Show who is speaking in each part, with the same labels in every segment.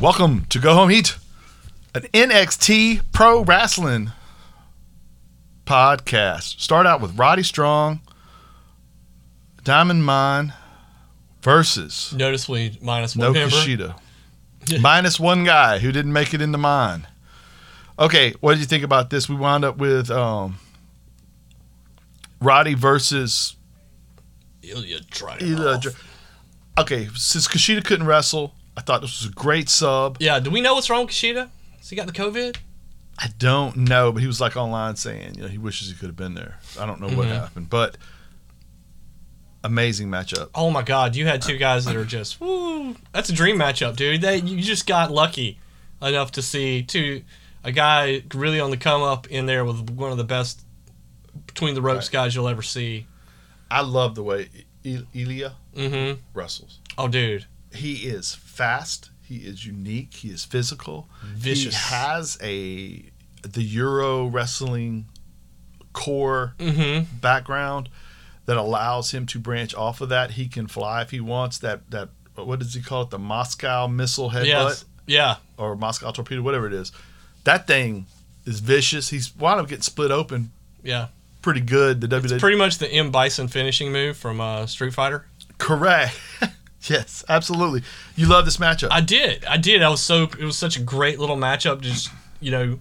Speaker 1: Welcome to Go Home Heat, an NXT pro wrestling podcast. Start out with Roddy Strong, Diamond Mine versus
Speaker 2: Notice we minus
Speaker 1: No
Speaker 2: one member.
Speaker 1: Kushida. Minus one guy who didn't make it into mine. Okay, what did you think about this? We wound up with um, Roddy versus
Speaker 2: Ilya Dragunov.
Speaker 1: Ila. Dra- Okay, since Kushida couldn't wrestle, I thought this was a great sub.
Speaker 2: yeah, do we know what's wrong with Kushida? Has he got the COVID?
Speaker 1: I don't know, but he was like online saying, you know, he wishes he could have been there. I don't know what
Speaker 2: Mhm.
Speaker 1: happened, but amazing matchup.
Speaker 2: Oh my God, you had two guys that are just woo. That's a dream matchup, dude. They you just got lucky enough to see two a guy really on the come up in there with one of the best between the ropes
Speaker 1: Right.
Speaker 2: guys you'll ever see.
Speaker 1: I love the way I- Ilya
Speaker 2: Mm-hmm.
Speaker 1: wrestles.
Speaker 2: Oh, dude,
Speaker 1: He is fast. He is unique. He is physical.
Speaker 2: vicious.
Speaker 1: He has a the Euro wrestling core
Speaker 2: mm-hmm.
Speaker 1: background that allows him to branch off of that. He can fly if he wants. That that what does he call it? The Moscow missile headbutt
Speaker 2: Yes. Yeah.
Speaker 1: or Moscow torpedo, whatever it is. That thing is vicious. He's wound up getting split open
Speaker 2: Yeah.
Speaker 1: pretty good. The E WWE
Speaker 2: Pretty much the M Bison finishing move from uh, Street Fighter.
Speaker 1: correct. yes, absolutely. You love this matchup.
Speaker 2: I did. I did. I was so it was such a great little matchup. Just you know,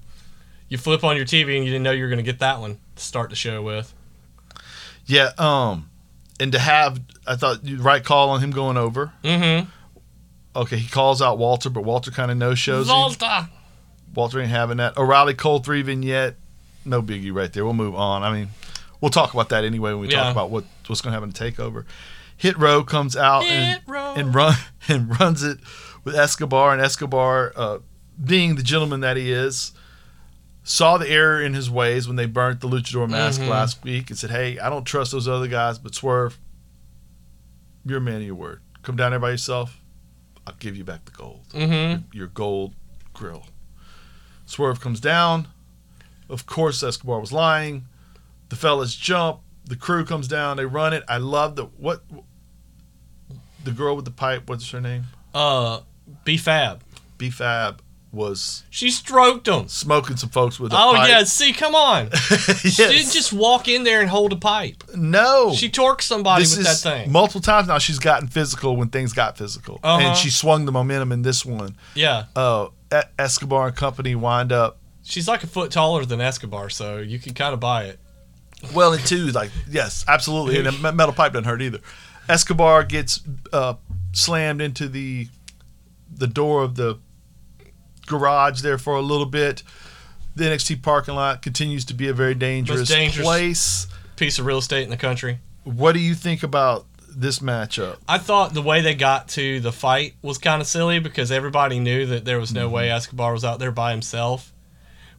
Speaker 2: you flip on your TV and you didn't know you were going to get that one to start the show with.
Speaker 1: yeah. Um, and to have I thought you right call on him going over.
Speaker 2: Mm-hmm.
Speaker 1: Okay, he calls out Walter, but Walter kind of no shows. him.
Speaker 2: Volta.
Speaker 1: Walter ain't having that. O'Reilly Cole three vignette, no biggie right there. We'll move on. I mean, we'll talk about that anyway when we
Speaker 2: Yeah.
Speaker 1: talk about what what's going to happen to takeover. Hit Row comes out and
Speaker 2: Hit Row.
Speaker 1: and run and runs it with Escobar and Escobar, uh, being the gentleman that he is, saw the error in his ways when they burnt the Luchador mask
Speaker 2: Mhm.
Speaker 1: last week and said, "Hey, I don't trust those other guys, but Swerve, you're a man of your word. Come down there by yourself. I'll give you back the gold."
Speaker 2: Mm-hmm.
Speaker 1: your gold grill. Swerve comes down. Of course, Escobar was lying. The fellas jump. The crew comes down. They run it. I love the what. The girl with the pipe. What's her name?
Speaker 2: Uh, B Fab.
Speaker 1: B Fab was
Speaker 2: She stroked him.
Speaker 1: smoking some folks with a
Speaker 2: Oh
Speaker 1: pipe.
Speaker 2: yeah. See, come on.
Speaker 1: yes.
Speaker 2: She didn't just walk in there and hold a pipe.
Speaker 1: no.
Speaker 2: She torqued somebody
Speaker 1: this
Speaker 2: with
Speaker 1: is
Speaker 2: that thing.
Speaker 1: multiple times now. She's gotten physical when things got physical,
Speaker 2: Uh-huh.
Speaker 1: and she swung the momentum in this one.
Speaker 2: yeah.
Speaker 1: Uh, E- Escobar and company wind up
Speaker 2: She's like a foot taller than Escobar, so you can kind of buy it.
Speaker 1: Well, and two, like yes, absolutely, and a me- metal pipe doesn't hurt either. Escobar gets uh, slammed into the the door of the garage there for a little bit. The NXT parking lot continues to be a very dangerous,
Speaker 2: dangerous.
Speaker 1: place.
Speaker 2: Piece of real estate in the country.
Speaker 1: What do you think about this matchup?
Speaker 2: I thought the way they got to the fight was kind of silly because everybody knew that there was no
Speaker 1: Mm-hmm.
Speaker 2: way Escobar was out there by himself.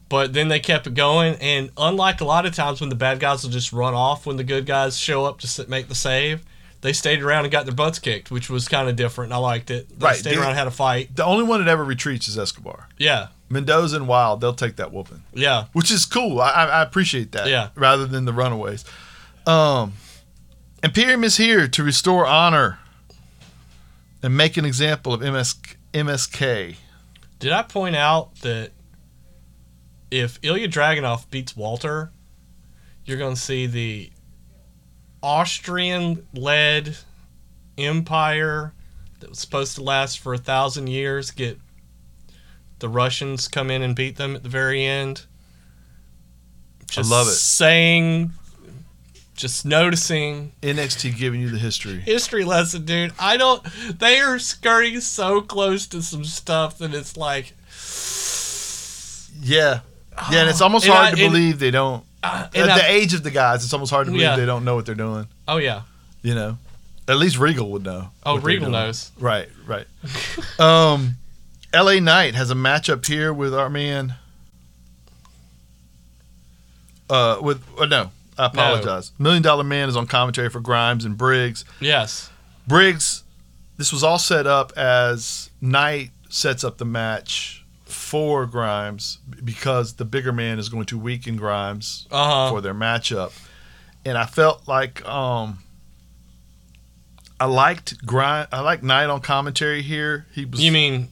Speaker 2: But then they kept it going, and unlike a lot of times when the bad guys will just run off when the good guys show up to s- make the save, they stayed around and got their butts kicked, which was kind of different. and I liked it. They
Speaker 1: Right,
Speaker 2: stayed
Speaker 1: dude.
Speaker 2: around, and had a fight.
Speaker 1: The only one that ever retreats is Escobar.
Speaker 2: Yeah,
Speaker 1: Mendoza and Wild, they'll take that whooping,
Speaker 2: yeah,
Speaker 1: which is cool. I, I I appreciate that.
Speaker 2: Yeah.
Speaker 1: Rather than the runaways. Um, Imperium is here to restore honor and make an example of MS, MSK.
Speaker 2: Did I point out that if Ilya Dragunov beats Walter, you're going to see the Austrian led empire that was supposed to last for a thousand years get the Russians come in and beat them at the very end? Just
Speaker 1: love it.
Speaker 2: Saying, just noticing
Speaker 1: NXT giving you the history.
Speaker 2: history lesson, dude. I don't. They are skirting so close to some stuff that it's like.
Speaker 1: Yeah. Yeah, and it's almost
Speaker 2: And
Speaker 1: hard
Speaker 2: I-
Speaker 1: to
Speaker 2: and-
Speaker 1: believe they don't.
Speaker 2: Uh,
Speaker 1: At
Speaker 2: and I-
Speaker 1: the age of the guys, it's almost hard to believe
Speaker 2: Yeah.
Speaker 1: they don't know what they're doing.
Speaker 2: oh yeah.
Speaker 1: You know, at least Regal would know.
Speaker 2: Oh,
Speaker 1: what they're
Speaker 2: Regal
Speaker 1: doing.
Speaker 2: knows.
Speaker 1: Right, right. um, L.A. Knight has a matchup here with our man. Uh, with uh, no, I apologize. Million Dollar Man is on commentary for Grimes and Briggs.
Speaker 2: Yes.
Speaker 1: Briggs, this was all set up as Knight sets up the match for Grimes because the bigger man is going to weaken Grimes
Speaker 2: Uh huh.
Speaker 1: for their matchup. And I felt like um I liked grind I liked Knight on commentary here. He was
Speaker 2: You mean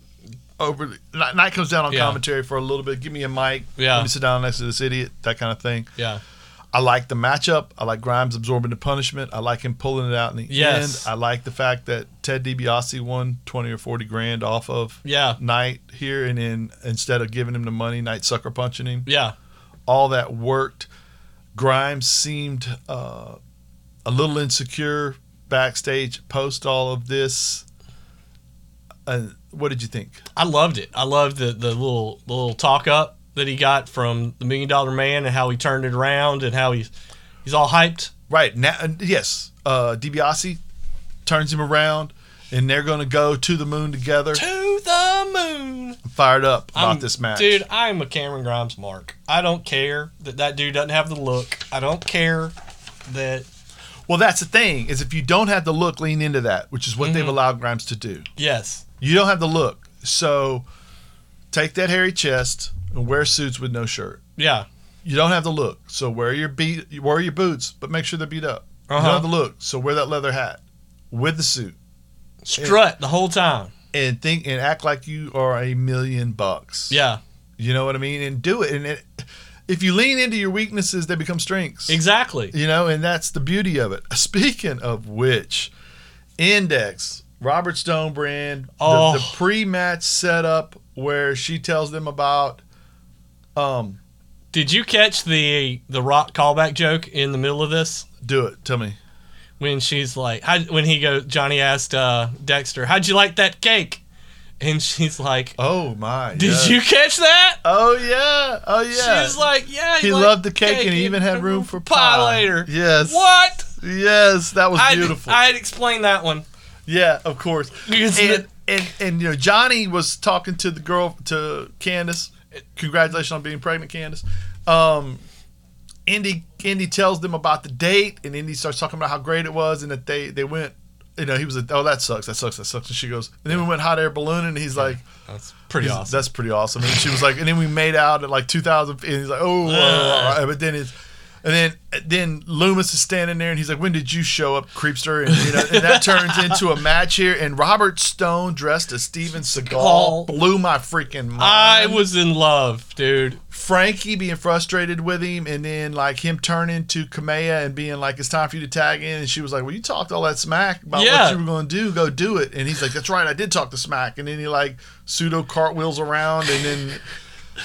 Speaker 1: over. Knight Knight comes down on
Speaker 2: Yeah.
Speaker 1: commentary for a little bit. Give me a mic.
Speaker 2: Yeah.
Speaker 1: Let me sit down next to this idiot. That kind of thing.
Speaker 2: Yeah.
Speaker 1: I like the matchup. I like Grimes absorbing the punishment. I like him pulling it out in the
Speaker 2: Yes.
Speaker 1: end. I like the fact that Ted DiBiase won twenty or forty grand off of
Speaker 2: Yeah.
Speaker 1: Knight here, and then instead of giving him the money, Knight sucker punching him.
Speaker 2: Yeah.
Speaker 1: All that worked. Grimes seemed uh, a little insecure backstage post all of this. Uh, what did you think?
Speaker 2: I loved it. I loved the, the little the little talk up that he got from the Million Dollar Man and how he turned it around and how he's he's all hyped.
Speaker 1: Right now, yes, uh, DiBiase turns him around, and they're going to go to the moon together.
Speaker 2: To the moon.
Speaker 1: I'm fired up about
Speaker 2: I'm-
Speaker 1: this match,
Speaker 2: Dude, I'm a Cameron Grimes mark. I don't care that that dude doesn't have the look. I don't care that
Speaker 1: Well, that's the thing is if you don't have the look, lean into that, which is what
Speaker 2: Mm-hmm.
Speaker 1: they've allowed Grimes to do.
Speaker 2: yes.
Speaker 1: You don't have the look, so take that hairy chest and wear suits with no shirt.
Speaker 2: Yeah.
Speaker 1: You don't have the look, so wear your beat, wear your boots, but make sure they're beat up. You
Speaker 2: Uh-huh.
Speaker 1: don't have the look, so wear that leather hat with the suit
Speaker 2: Strut the whole time.
Speaker 1: and think and act like you are a million bucks.
Speaker 2: Yeah.
Speaker 1: You know what I mean? And do it. And it, if you lean into your weaknesses, they become strengths.
Speaker 2: Exactly.
Speaker 1: You know, and that's the beauty of it. Speaking of which, Index, Robert Stone brand, the,
Speaker 2: Oh.
Speaker 1: the pre match setup where she tells them about um
Speaker 2: Did you catch the the rock callback joke in the middle of this?
Speaker 1: do it, tell me.
Speaker 2: when she's like, how, when he goes, Johnny asked uh, Dexter, "How'd you like that cake?" And she's like,
Speaker 1: Oh my
Speaker 2: "Did
Speaker 1: yeah.
Speaker 2: you catch that?"
Speaker 1: Oh yeah. Oh yeah.
Speaker 2: She's like, "Yeah."
Speaker 1: he
Speaker 2: liked
Speaker 1: loved the cake, and he even had room for pie.
Speaker 2: later.
Speaker 1: Yes.
Speaker 2: What?
Speaker 1: Yes, that was
Speaker 2: I
Speaker 1: beautiful.
Speaker 2: I had explained that one.
Speaker 1: yeah, of course.
Speaker 2: Because
Speaker 1: and, and and you know Johnny was talking to the girl to Candace. Congratulations on being pregnant, Candace. Um, Indy Indy tells them about the date, and Indy starts talking about how great it was, and that they they went. You know, he was like, "Oh, that sucks. That sucks. That sucks." And she goes, and then we went hot air ballooning, and he's like,
Speaker 2: That's pretty
Speaker 1: he's-
Speaker 2: awesome.
Speaker 1: "That's pretty awesome." And she was like, and then we made out at like 2000, feet," and he's like, "Oh," uh, but then it's. And then, then Loomis is standing there, and he's like, "When did you show up, creepster?" And, you know, and that turns into a match here. And Robert Stone dressed as Steven
Speaker 2: Seagal.
Speaker 1: Seagal blew my freaking mind.
Speaker 2: I was in love, dude.
Speaker 1: Frankie being frustrated with him, and then like him turning to Kamea and being like, "It's time for you to tag in." And she was like, "Well, you talked all that smack about
Speaker 2: Yeah.
Speaker 1: what you were going to do. Go do it." And he's like, "That's right, I did talk the smack." And then he like pseudo cartwheels around, and then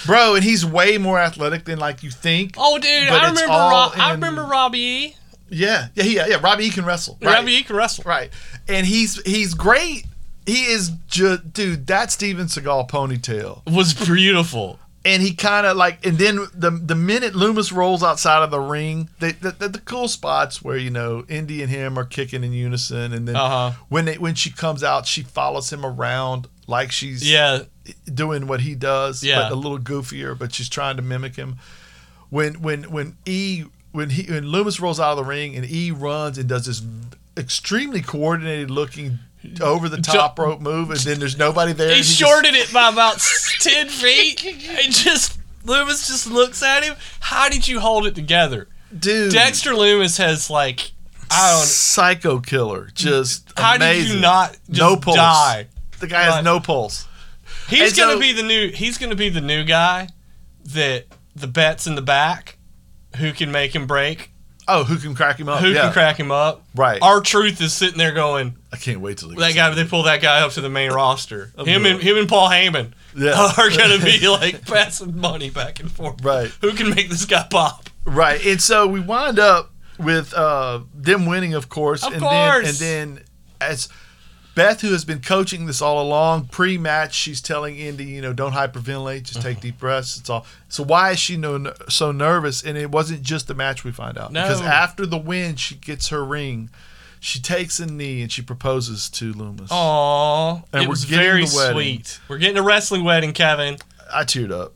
Speaker 1: bro, and he's way more athletic than like you think.
Speaker 2: Oh, dude,
Speaker 1: But
Speaker 2: I
Speaker 1: it's
Speaker 2: remember.
Speaker 1: all
Speaker 2: Rob, I
Speaker 1: in-
Speaker 2: remember Robbie. E.
Speaker 1: Yeah, yeah, yeah, yeah. Robbie E can wrestle. Right.
Speaker 2: Robbie E can wrestle.
Speaker 1: right. And he's he's great. He is just dude. That Steven Seagal ponytail.
Speaker 2: Was beautiful.
Speaker 1: and he kind of like and then the the minute Loomis rolls outside of the ring, they, the, the the cool spots where you know Indy and him are kicking in unison, and then
Speaker 2: Uh-huh.
Speaker 1: when they, when she comes out, she follows him around like she's
Speaker 2: Yeah,
Speaker 1: doing what he does,
Speaker 2: Yeah.
Speaker 1: but a little goofier, but she's trying to mimic him. When when when E when he when Loomis rolls out of the ring and E runs and does this extremely coordinated looking over the top rope move, and then there's nobody there. and
Speaker 2: he
Speaker 1: just-
Speaker 2: shorted it by about ten feet. And just Loomis just looks at him. How did you hold it together?
Speaker 1: dude.
Speaker 2: Dexter Loomis has like I don't.
Speaker 1: psycho killer. Just
Speaker 2: How
Speaker 1: amazing.
Speaker 2: did you not just
Speaker 1: no pulse?
Speaker 2: die?
Speaker 1: The guy has
Speaker 2: Right.
Speaker 1: no pulse.
Speaker 2: He's
Speaker 1: And
Speaker 2: gonna
Speaker 1: so-
Speaker 2: be the new. He's gonna be the new guy that the bets in the back. Who can make him break?
Speaker 1: Oh, who can crack him up?
Speaker 2: Who
Speaker 1: yeah,
Speaker 2: can crack him up?
Speaker 1: Right.
Speaker 2: Our truth is sitting there going,
Speaker 1: I can't wait till he
Speaker 2: that
Speaker 1: gets
Speaker 2: guy. They pull that guy up to the main roster. Him
Speaker 1: good.
Speaker 2: and him and Paul Heyman
Speaker 1: Yeah.
Speaker 2: are gonna be like passing money back and forth.
Speaker 1: Right.
Speaker 2: Who can make this guy pop?
Speaker 1: right. And so we wind up with uh, them winning, of course.
Speaker 2: Of
Speaker 1: and
Speaker 2: course.
Speaker 1: Then, and then as Beth, who has been coaching this all along, pre-match, she's telling Indy, you know, don't hyperventilate, just take deep breaths. It's all. So why is she no, so nervous? And it wasn't just the match we find out
Speaker 2: No.
Speaker 1: because after the win, she gets her ring. She takes a knee and she proposes to Loomis.
Speaker 2: Aww.
Speaker 1: And
Speaker 2: it
Speaker 1: we're
Speaker 2: was
Speaker 1: getting
Speaker 2: very
Speaker 1: the wedding.
Speaker 2: sweet. We're getting a wrestling wedding, Kevin.
Speaker 1: I teared up.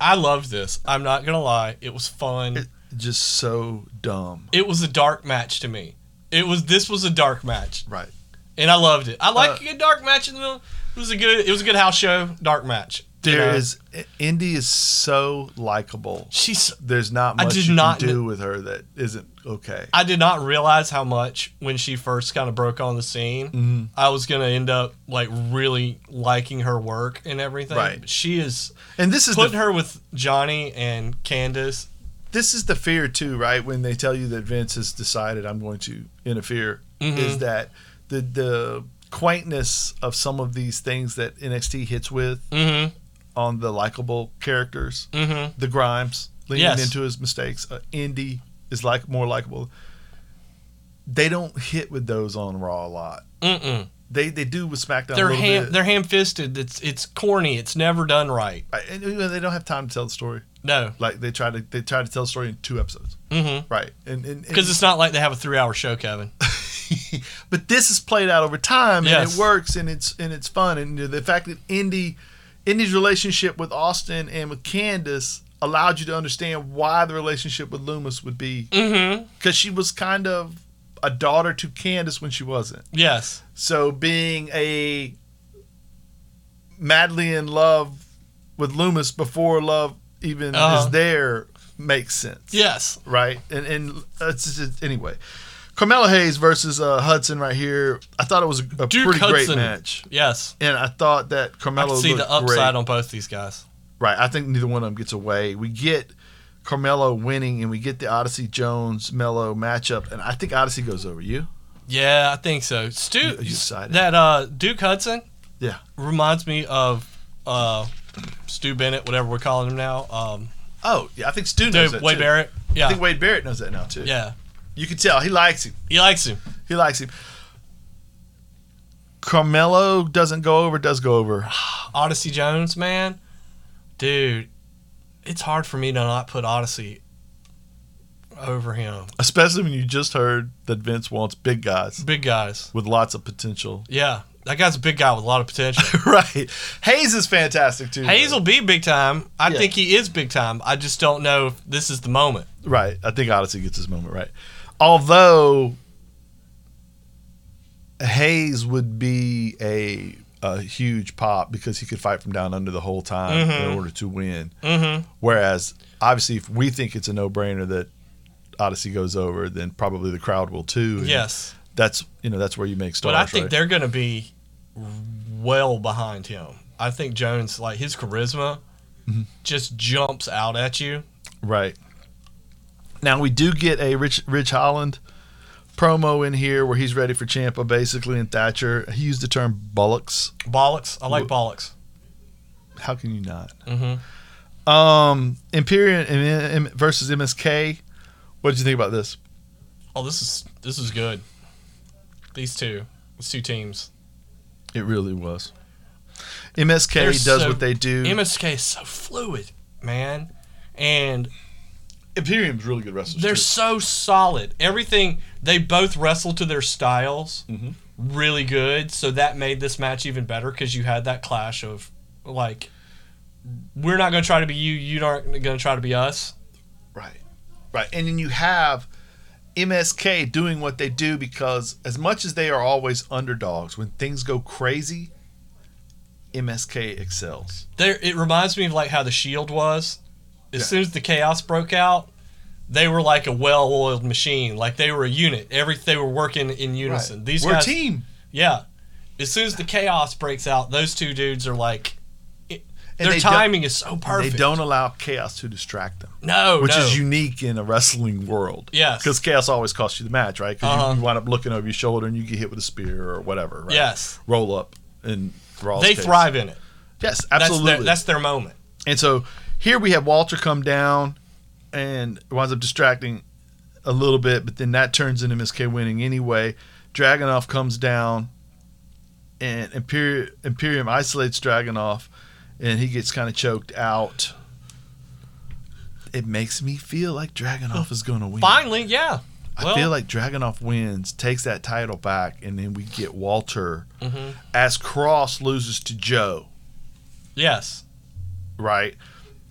Speaker 2: I loved this. I'm not gonna lie. It was fun.
Speaker 1: It- Just so dumb.
Speaker 2: it was a dark match to me. It was this was a dark match,
Speaker 1: Right.
Speaker 2: and I loved it. I like
Speaker 1: Uh,
Speaker 2: a good dark match in the middle. It was a good it was a good house show dark match.
Speaker 1: There
Speaker 2: know.
Speaker 1: is Indy is so likable.
Speaker 2: She's.
Speaker 1: There's not
Speaker 2: I
Speaker 1: much
Speaker 2: did
Speaker 1: you
Speaker 2: not
Speaker 1: can do
Speaker 2: kn-
Speaker 1: with her that isn't okay.
Speaker 2: I did not realize how much when she first kind of broke on the scene,
Speaker 1: Mm-hmm.
Speaker 2: I was gonna end up like really liking her work and everything.
Speaker 1: Right.
Speaker 2: But she is
Speaker 1: And this is the
Speaker 2: putting her with Johnny and Candace.
Speaker 1: this is the fear too, right? When they tell you that Vince has decided I'm going to interfere,
Speaker 2: Mm-hmm.
Speaker 1: is that the the quaintness of some of these things that NXT hits with
Speaker 2: Mm-hmm.
Speaker 1: on the likable characters,
Speaker 2: Mm-hmm.
Speaker 1: the Grimes leaning
Speaker 2: Yes.
Speaker 1: into his mistakes, uh, Indy is like more likable. They don't hit with those on Raw a lot.
Speaker 2: Mm-mm.
Speaker 1: They they do with SmackDown a
Speaker 2: They're
Speaker 1: little
Speaker 2: ham.
Speaker 1: bit.
Speaker 2: They're ham-fisted. It's it's corny. It's never done right.
Speaker 1: Right, and even they don't have time to tell the story.
Speaker 2: No.
Speaker 1: Like they try to they try to tell the story in two episodes,
Speaker 2: Mm-hmm.
Speaker 1: right? And and and-
Speaker 2: Because it's not like they have a three-hour show, Kevin.
Speaker 1: but this is played out over time and
Speaker 2: Yes.
Speaker 1: it works and it's and it's fun and the fact that Indy Indy's relationship with Austin and with Candace allowed you to understand why the relationship with Loomis would be
Speaker 2: Mm-hmm.
Speaker 1: because she was kind of a daughter to Candace when she wasn't.
Speaker 2: Yes.
Speaker 1: So being a madly in love with Loomis before love even
Speaker 2: Uh-huh.
Speaker 1: is there makes sense
Speaker 2: Yes.
Speaker 1: right? And and it's just, anyway, Carmelo Hayes versus uh, Hudson right here. I thought it was a, a
Speaker 2: Duke
Speaker 1: pretty great
Speaker 2: Hudson.
Speaker 1: match,
Speaker 2: Yes.
Speaker 1: and I thought that
Speaker 2: I
Speaker 1: Carmelo
Speaker 2: can see
Speaker 1: looked
Speaker 2: the upside
Speaker 1: great.
Speaker 2: on both these guys.
Speaker 1: right, I think neither one of them gets away. We get Carmelo winning, and we get the Odyssey Jones Mello matchup, and I think Odyssey goes over you.
Speaker 2: Yeah, I think so. Stu,
Speaker 1: Are you excited?
Speaker 2: that uh, Duke Hudson.
Speaker 1: Yeah.
Speaker 2: reminds me of uh, Stu Bennett, whatever we're calling him now. Um,
Speaker 1: Oh yeah, I think Stu knows
Speaker 2: Dude,
Speaker 1: that
Speaker 2: Wade
Speaker 1: too.
Speaker 2: Barrett.
Speaker 1: I
Speaker 2: Yeah,
Speaker 1: think Wade Barrett knows that now too.
Speaker 2: yeah,
Speaker 1: you can tell he likes him.
Speaker 2: he likes him.
Speaker 1: He likes him. Carmelo doesn't go over, does go over.
Speaker 2: Odyssey Jones, man, dude, it's hard for me to not put Odyssey over him.
Speaker 1: Especially when you just heard that Vince wants big guys.
Speaker 2: Big guys.
Speaker 1: with lots of potential.
Speaker 2: Yeah, that guy's a big guy with a lot of potential.
Speaker 1: right. Hayes is fantastic too. though.
Speaker 2: Hayes will be big time. I
Speaker 1: Yeah.
Speaker 2: think he is big time. I just don't know if this is the moment.
Speaker 1: Right. I think Odyssey gets his moment right. Although Hayes would be a a huge pop because he could fight from down under the whole time in order to win.
Speaker 2: Mm-hmm.
Speaker 1: Whereas obviously if we think it's a no brainer that Odyssey goes over, then probably the crowd will too. And
Speaker 2: Yes,
Speaker 1: That's you know, that's where you make stars.
Speaker 2: but I think
Speaker 1: right?
Speaker 2: they're going to be well behind him. I think Jones, like his charisma,
Speaker 1: Mm-hmm.
Speaker 2: just jumps out at you.
Speaker 1: Right. Now we do get a Rich Rich Holland promo in here where he's ready for Champa basically and Thatcher. He used the term bullocks.
Speaker 2: Bollocks. I like
Speaker 1: Wh- Mm-hmm.
Speaker 2: bollocks.
Speaker 1: How can you not?
Speaker 2: Mhm.
Speaker 1: Um Imperium M- M- versus MSK. What did you think about this?
Speaker 2: Oh, this is this is good. These two, these two teams.
Speaker 1: It really was. MSK
Speaker 2: They're
Speaker 1: does
Speaker 2: so-
Speaker 1: what they do.
Speaker 2: MSK is so fluid, man, and
Speaker 1: Imperium's really good wrestlers.
Speaker 2: they're
Speaker 1: too.
Speaker 2: so solid. Everything they both wrestle to their styles,
Speaker 1: Mhm.
Speaker 2: really good. So that made this match even better because you had that clash of like, we're not going to try to be you. You aren't going to try to be us.
Speaker 1: Right. Right. And then you have MSK doing what they do because as much as they are always underdogs, when things go crazy, MSK excels.
Speaker 2: There, it reminds me of like how the Shield was. As
Speaker 1: Yeah.
Speaker 2: soon as the chaos broke out, they were like a well-oiled machine. Like they were a unit. Every they were working in unison. These
Speaker 1: We're
Speaker 2: guys,
Speaker 1: a team.
Speaker 2: yeah. As soon as the chaos breaks out, those two dudes are like, it,
Speaker 1: And
Speaker 2: their
Speaker 1: they don't-
Speaker 2: timing is so
Speaker 1: and
Speaker 2: perfect.
Speaker 1: They don't allow chaos to distract them,
Speaker 2: no,
Speaker 1: which
Speaker 2: no.
Speaker 1: is unique in a wrestling world.
Speaker 2: Yes.
Speaker 1: Because chaos always costs you the match, right? Because
Speaker 2: Uh-huh.
Speaker 1: you, you wind up looking over your shoulder and you get hit with a spear or whatever, right?
Speaker 2: Yes,
Speaker 1: Roll up and Raw's
Speaker 2: they
Speaker 1: case.
Speaker 2: thrive in it.
Speaker 1: Yes,
Speaker 2: That's
Speaker 1: absolutely.
Speaker 2: their that's their moment.
Speaker 1: And so here we have Walter come down and winds up distracting a little bit, but then that turns into MSK winning anyway. Dragonoff comes down and Imperium, Imperium isolates Dragonoff and he gets kind of choked out. It makes me feel like Dragonoff is going to win.
Speaker 2: Finally, yeah.
Speaker 1: I feel like Dragonoff wins, takes that title back, and then we get Walter
Speaker 2: Mhm.
Speaker 1: as Cross loses to Joe,
Speaker 2: yes.
Speaker 1: right?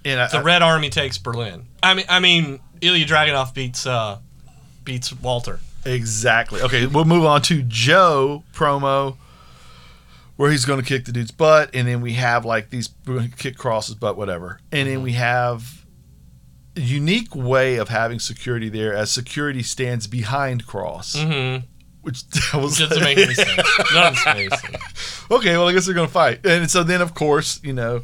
Speaker 1: And I,
Speaker 2: The Red Army takes Berlin. I mean, I mean, Ilya Dragunov beats uh, beats Walter.
Speaker 1: Exactly. Okay, we'll move on to Joe promo where he's going to kick the dude's butt, and then we have like these we're gonna kick crosses, butt, whatever, and then we
Speaker 2: Mm-hmm.
Speaker 1: have a unique way of having security there as security stands behind cross,
Speaker 2: Mm-hmm.
Speaker 1: which that was
Speaker 2: Doesn't make any sense. None of this makes sense.
Speaker 1: okay, well, I guess they're going to fight. And so then, of course, you know,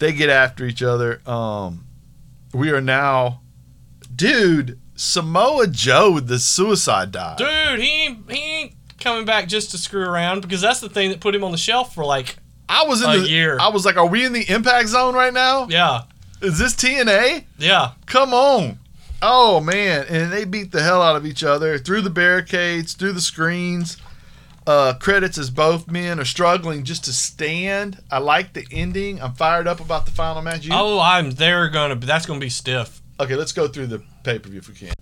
Speaker 1: they get after each other. Um, we are now, dude, Samoa Joe with the suicide dive.
Speaker 2: Dude, he ain't, he ain't coming back just to screw around because that's the thing that put him on the shelf for like,
Speaker 1: I was in
Speaker 2: a
Speaker 1: the
Speaker 2: year.
Speaker 1: I was like, are we in the impact zone right now?
Speaker 2: yeah,
Speaker 1: Is this TNA?
Speaker 2: yeah.
Speaker 1: Come on. Oh man, and they beat the hell out of each other through the barricades, through the screens. Uh, credits as both men are struggling just to stand. I like the ending. I'm fired up about the final match. You-
Speaker 2: Oh, I'm. They're gonna. That's gonna be stiff.
Speaker 1: Okay, let's go through the pay per view if we can.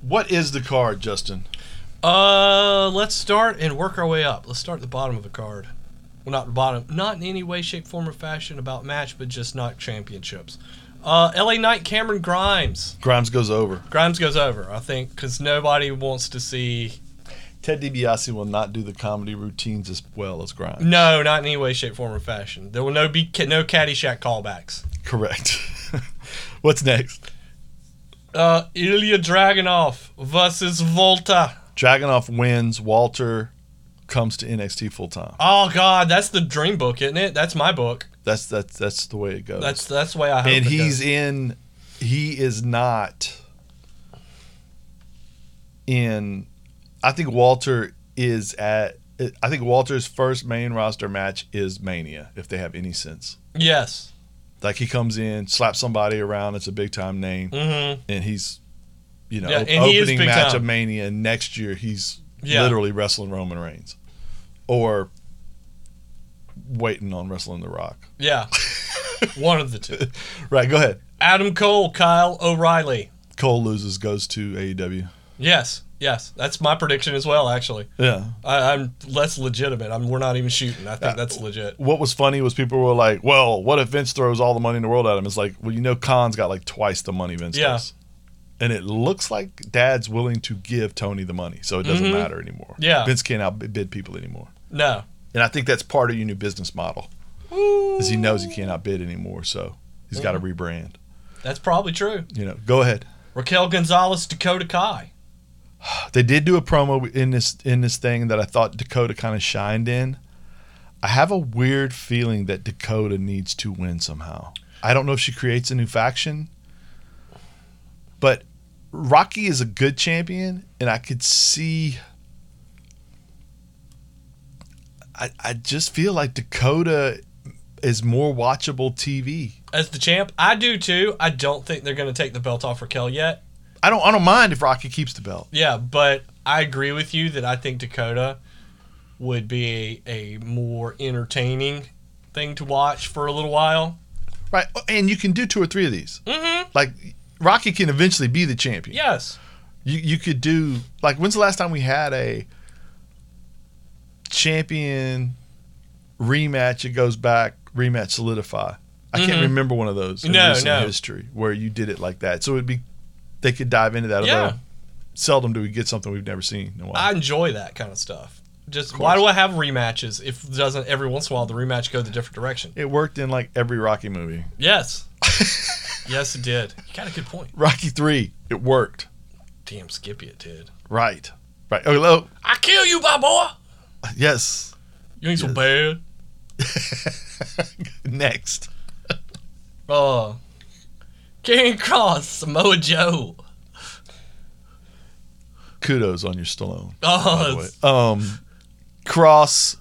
Speaker 1: What is the card, Justin?
Speaker 2: Uh, let's start and work our way up. Let's start at the bottom of the card. Well, not the bottom. Not in any way, shape, form, or fashion about match, but just not championships. Uh, LA Knight, Cameron Grimes.
Speaker 1: Grimes goes over.
Speaker 2: Grimes goes over, I think, because nobody wants to see.
Speaker 1: Ted DiBiase will not do the comedy routines as well as Grimes.
Speaker 2: No, not in any way, shape, form, or fashion. There will no be no Caddyshack callbacks.
Speaker 1: Correct. What's next?
Speaker 2: Uh, Ilya Dragunov versus Volta.
Speaker 1: Dragonoff wins. Walter comes to NXT full time.
Speaker 2: Oh God, that's the dream book, isn't it? That's my book.
Speaker 1: That's that's that's the way it goes.
Speaker 2: That's that's the way I hope.
Speaker 1: and
Speaker 2: it
Speaker 1: he's
Speaker 2: goes.
Speaker 1: in. He is not in. I think Walter is at. I think Walter's first main roster match is Mania, if they have any sense.
Speaker 2: yes.
Speaker 1: Like he comes in, slaps somebody around. It's a big time name,
Speaker 2: Mm-hmm.
Speaker 1: and he's, you know,
Speaker 2: Yeah,
Speaker 1: op-
Speaker 2: and he is
Speaker 1: opening
Speaker 2: big
Speaker 1: match
Speaker 2: time.
Speaker 1: of Mania. And next year, he's
Speaker 2: Yeah.
Speaker 1: literally wrestling Roman Reigns, or waiting on wrestling The Rock.
Speaker 2: Yeah. One of the two.
Speaker 1: Right. Go ahead.
Speaker 2: Adam Cole, Kyle O'Reilly.
Speaker 1: Cole loses, goes to E AEW.
Speaker 2: Yes. Yes. That's my prediction as well. Actually,
Speaker 1: Yeah.
Speaker 2: I, I'm that's legitimate. I'm, we're not even shooting. I think that's legit.
Speaker 1: What was funny was people were like, "Well, what if Vince throws all the money in the world at him?" It's like, well, you know, Khan's got like twice the money Vince
Speaker 2: Yeah.
Speaker 1: does, and it looks like Dad's willing to give Tony the money, so it doesn't
Speaker 2: Mhm.
Speaker 1: matter anymore.
Speaker 2: Yeah.
Speaker 1: Vince can't outbid people anymore.
Speaker 2: No.
Speaker 1: And I think that's part of your new business model, is he knows he can't outbid anymore, so he's got to rebrand.
Speaker 2: That's probably true.
Speaker 1: You know, go ahead.
Speaker 2: Raquel Gonzalez, Dakota Kai.
Speaker 1: They did do a promo in this in this thing that I thought Dakota kind of shined in. I have a weird feeling that Dakota needs to win somehow. I don't know if she creates a new faction, but Rocky is a good champion, and I could see. I, I just feel like Dakota is more watchable TV.
Speaker 2: As the champ, I do too. I don't think they're going to take the belt off Raquel yet.
Speaker 1: I don't I don't mind if Rocky keeps the belt.
Speaker 2: Yeah, but I agree with you that I think Dakota would be a, more entertaining thing to watch for a little while.
Speaker 1: Right. And you can do two or three of these.
Speaker 2: Mm-hmm.
Speaker 1: Like Rocky can eventually be the champion.
Speaker 2: Yes.
Speaker 1: You you could do like when's the last time we had a champion rematch? It goes back rematch solidify. I can't
Speaker 2: Mhm.
Speaker 1: remember one of those in
Speaker 2: No,
Speaker 1: recent
Speaker 2: no.
Speaker 1: history where you did it like that. So it'd be they could dive into that.
Speaker 2: Yeah.
Speaker 1: although Seldom do we get something we've never seen in a while.
Speaker 2: I enjoy that kind of stuff. Just
Speaker 1: Of
Speaker 2: why
Speaker 1: course.
Speaker 2: do I have rematches if doesn't every once in a while the rematch go the different direction?
Speaker 1: it worked in like every Rocky movie.
Speaker 2: Yes. yes, it did. You got a good point.
Speaker 1: Rocky three, it worked.
Speaker 2: Damn, Skippy, it did.
Speaker 1: Right. Right. Oh, hello.
Speaker 2: I kill you, my boy.
Speaker 1: Yes.
Speaker 2: You ain't so bad.
Speaker 1: Next.
Speaker 2: Uh, Karen Cross, Samoa Joe.
Speaker 1: Kudos on your Stallone. by the
Speaker 2: Oh,
Speaker 1: way.
Speaker 2: it's-
Speaker 1: Um, Cross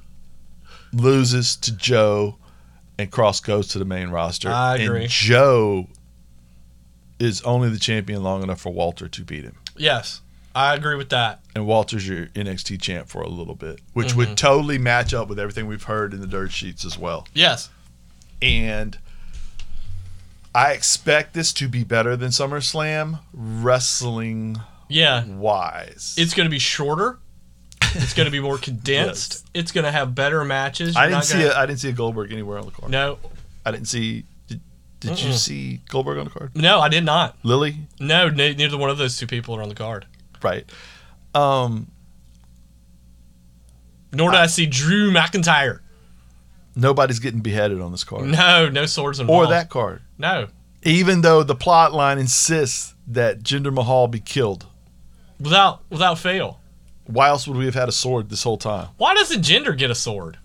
Speaker 1: loses to Joe, and Cross goes to the main roster.
Speaker 2: I agree.
Speaker 1: And Joe is only the champion long enough for Walter to beat him,
Speaker 2: yes, I agree with that.
Speaker 1: and Walter's your NXT champ for a little bit, which would
Speaker 2: Mm-hmm.
Speaker 1: totally match up with everything we've heard in the dirt sheets as well.
Speaker 2: Yes.
Speaker 1: And I expect this to be better than SummerSlam wrestling
Speaker 2: Yeah,
Speaker 1: Mm-hmm. wise.
Speaker 2: it's going to be shorter. It's going to be more condensed. It's going to have better matches.
Speaker 1: I
Speaker 2: You're
Speaker 1: didn't
Speaker 2: not
Speaker 1: see
Speaker 2: gonna-
Speaker 1: a, I didn't see a Goldberg anywhere on the card.
Speaker 2: No,
Speaker 1: I didn't see. Did, did you see Goldberg on the card?
Speaker 2: no, I did not.
Speaker 1: Lily,
Speaker 2: No, ne- neither one of those two people are on the card.
Speaker 1: right? Um,
Speaker 2: Nor did I, see Drew McIntyre.
Speaker 1: Nobody's getting beheaded on this card
Speaker 2: No, no swords involved.
Speaker 1: or that card.
Speaker 2: No.
Speaker 1: Even though the plot line insists that Jinder Mahal be killed,
Speaker 2: Without without fail.
Speaker 1: why else would we have had a sword this whole time?
Speaker 2: Why doesn't Gender get a sword?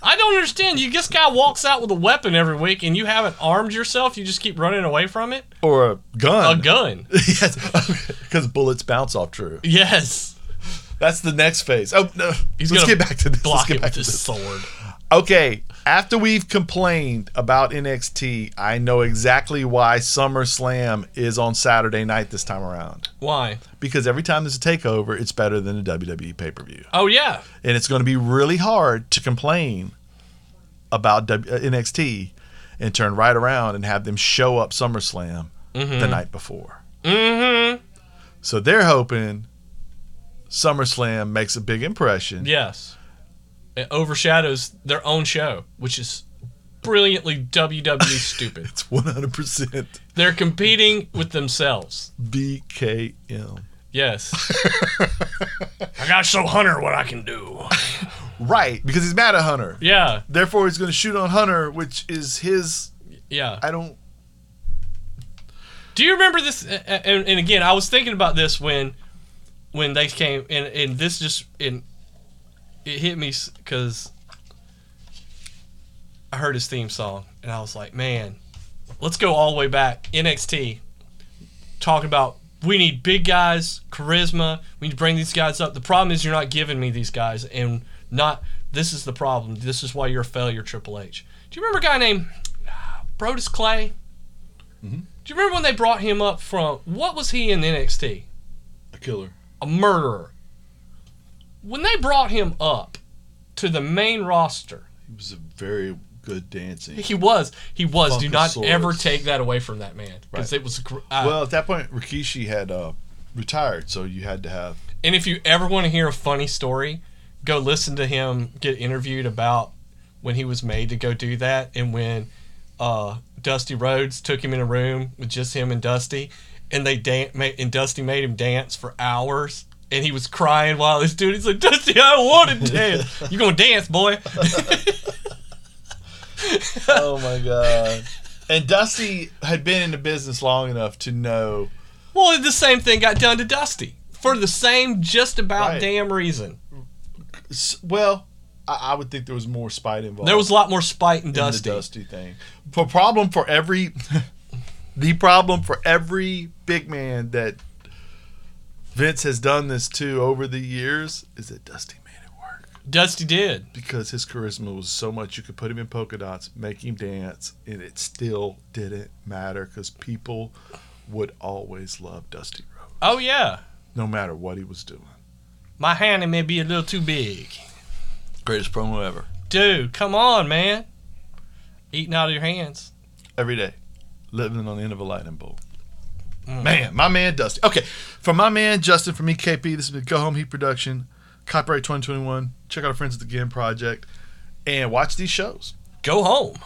Speaker 2: I don't understand. You this guy walks out with a weapon every week and you haven't armed yourself, you just keep running away from it?
Speaker 1: Or a
Speaker 2: A
Speaker 1: gun?
Speaker 2: gun.
Speaker 1: yes, because bullets bounce off true.
Speaker 2: Yes.
Speaker 1: That's the next phase. Oh no,
Speaker 2: He's
Speaker 1: let's
Speaker 2: gonna
Speaker 1: get back to this. Let's
Speaker 2: Block
Speaker 1: get
Speaker 2: it
Speaker 1: back
Speaker 2: with
Speaker 1: to
Speaker 2: his
Speaker 1: this.
Speaker 2: sword.
Speaker 1: Okay, after we've complained about NXT, I know exactly why SummerSlam is on Saturday night this time around.
Speaker 2: Why?
Speaker 1: Because every time there's a takeover, it's better than a WWE pay per view,
Speaker 2: Oh yeah.
Speaker 1: and it's going to be really hard to complain about w- uh, NXT and turn right around and have them show up SummerSlam the night before.
Speaker 2: Mm-hmm.
Speaker 1: So they're hoping SummerSlam makes a big impression.
Speaker 2: Yes. It overshadows their own show, which is brilliantly WWE stupid.
Speaker 1: It's 100%
Speaker 2: They're competing with themselves.
Speaker 1: BKM.
Speaker 2: Yes. I gotta show Hunter what I can do.
Speaker 1: Right, because he's mad at Hunter.
Speaker 2: Yeah,
Speaker 1: Therefore, he's going to shoot on Hunter, which is his.
Speaker 2: yeah.
Speaker 1: I don't.
Speaker 2: Do you remember this? a- a- And, and again, I was thinking about this when when they came, and, and this just and it hit me because I heard his theme song, and I was like, man, let's go all the way back NXT, talking about we need big guys, charisma. We need to bring these guys up. The problem is you're not giving me these guys, and not this is the problem. This is why you're a failure, Triple H. Do you remember a guy named ah, Brodus Clay? Do you remember when they brought him up from what was he in NXT?
Speaker 1: A killer.
Speaker 2: A murderer. When they brought him up to the main roster,
Speaker 1: He was a very good dancing.
Speaker 2: he was he was. Do not
Speaker 1: Funkasaurus.
Speaker 2: ever take that away from that man because it was. gr- Uh,
Speaker 1: Well, at that point, Rikishi had uh, retired, so you had to have.
Speaker 2: and if you ever want to hear a funny story, go listen to him get interviewed about when he was made to go do that and when uh, Dusty Rhodes took him in a room with just him and Dusty, and they dan- ma- and Dusty made him dance for hours, and he was crying while this dude. He's like, Dusty, I don't want to dance. You gonna dance, boy?
Speaker 1: oh my god. And Dusty had been in the business long enough to know.
Speaker 2: well, the same thing got done to Dusty for the same just about
Speaker 1: Right.
Speaker 2: damn reason.
Speaker 1: s- Well, I, I would think there was more spite involved.
Speaker 2: There was a lot more spite in
Speaker 1: in
Speaker 2: Dusty.
Speaker 1: the Dusty thing. For problem for every, the problem for every big man that Vince has done this to over the years is that Dusty made it work
Speaker 2: Dusty did.
Speaker 1: because his charisma was so much. You could put him in polka dots, make him dance, and it still didn't matter because people would always love Dusty Rhodes
Speaker 2: Oh yeah,
Speaker 1: no matter what he was doing.
Speaker 2: my hand it may be a little too big.
Speaker 1: Greatest promo ever.
Speaker 2: Dude, come on, man. Eating out of your hands.
Speaker 1: every day, living on the end of a lightning bolt.
Speaker 2: Mm.
Speaker 1: Man, my man Dusty. Okay, from my man Justin from EKP, this has been Go Home Heat Production, copyright 2021. Check out our Friends at the Game project and watch these shows.
Speaker 2: Go home.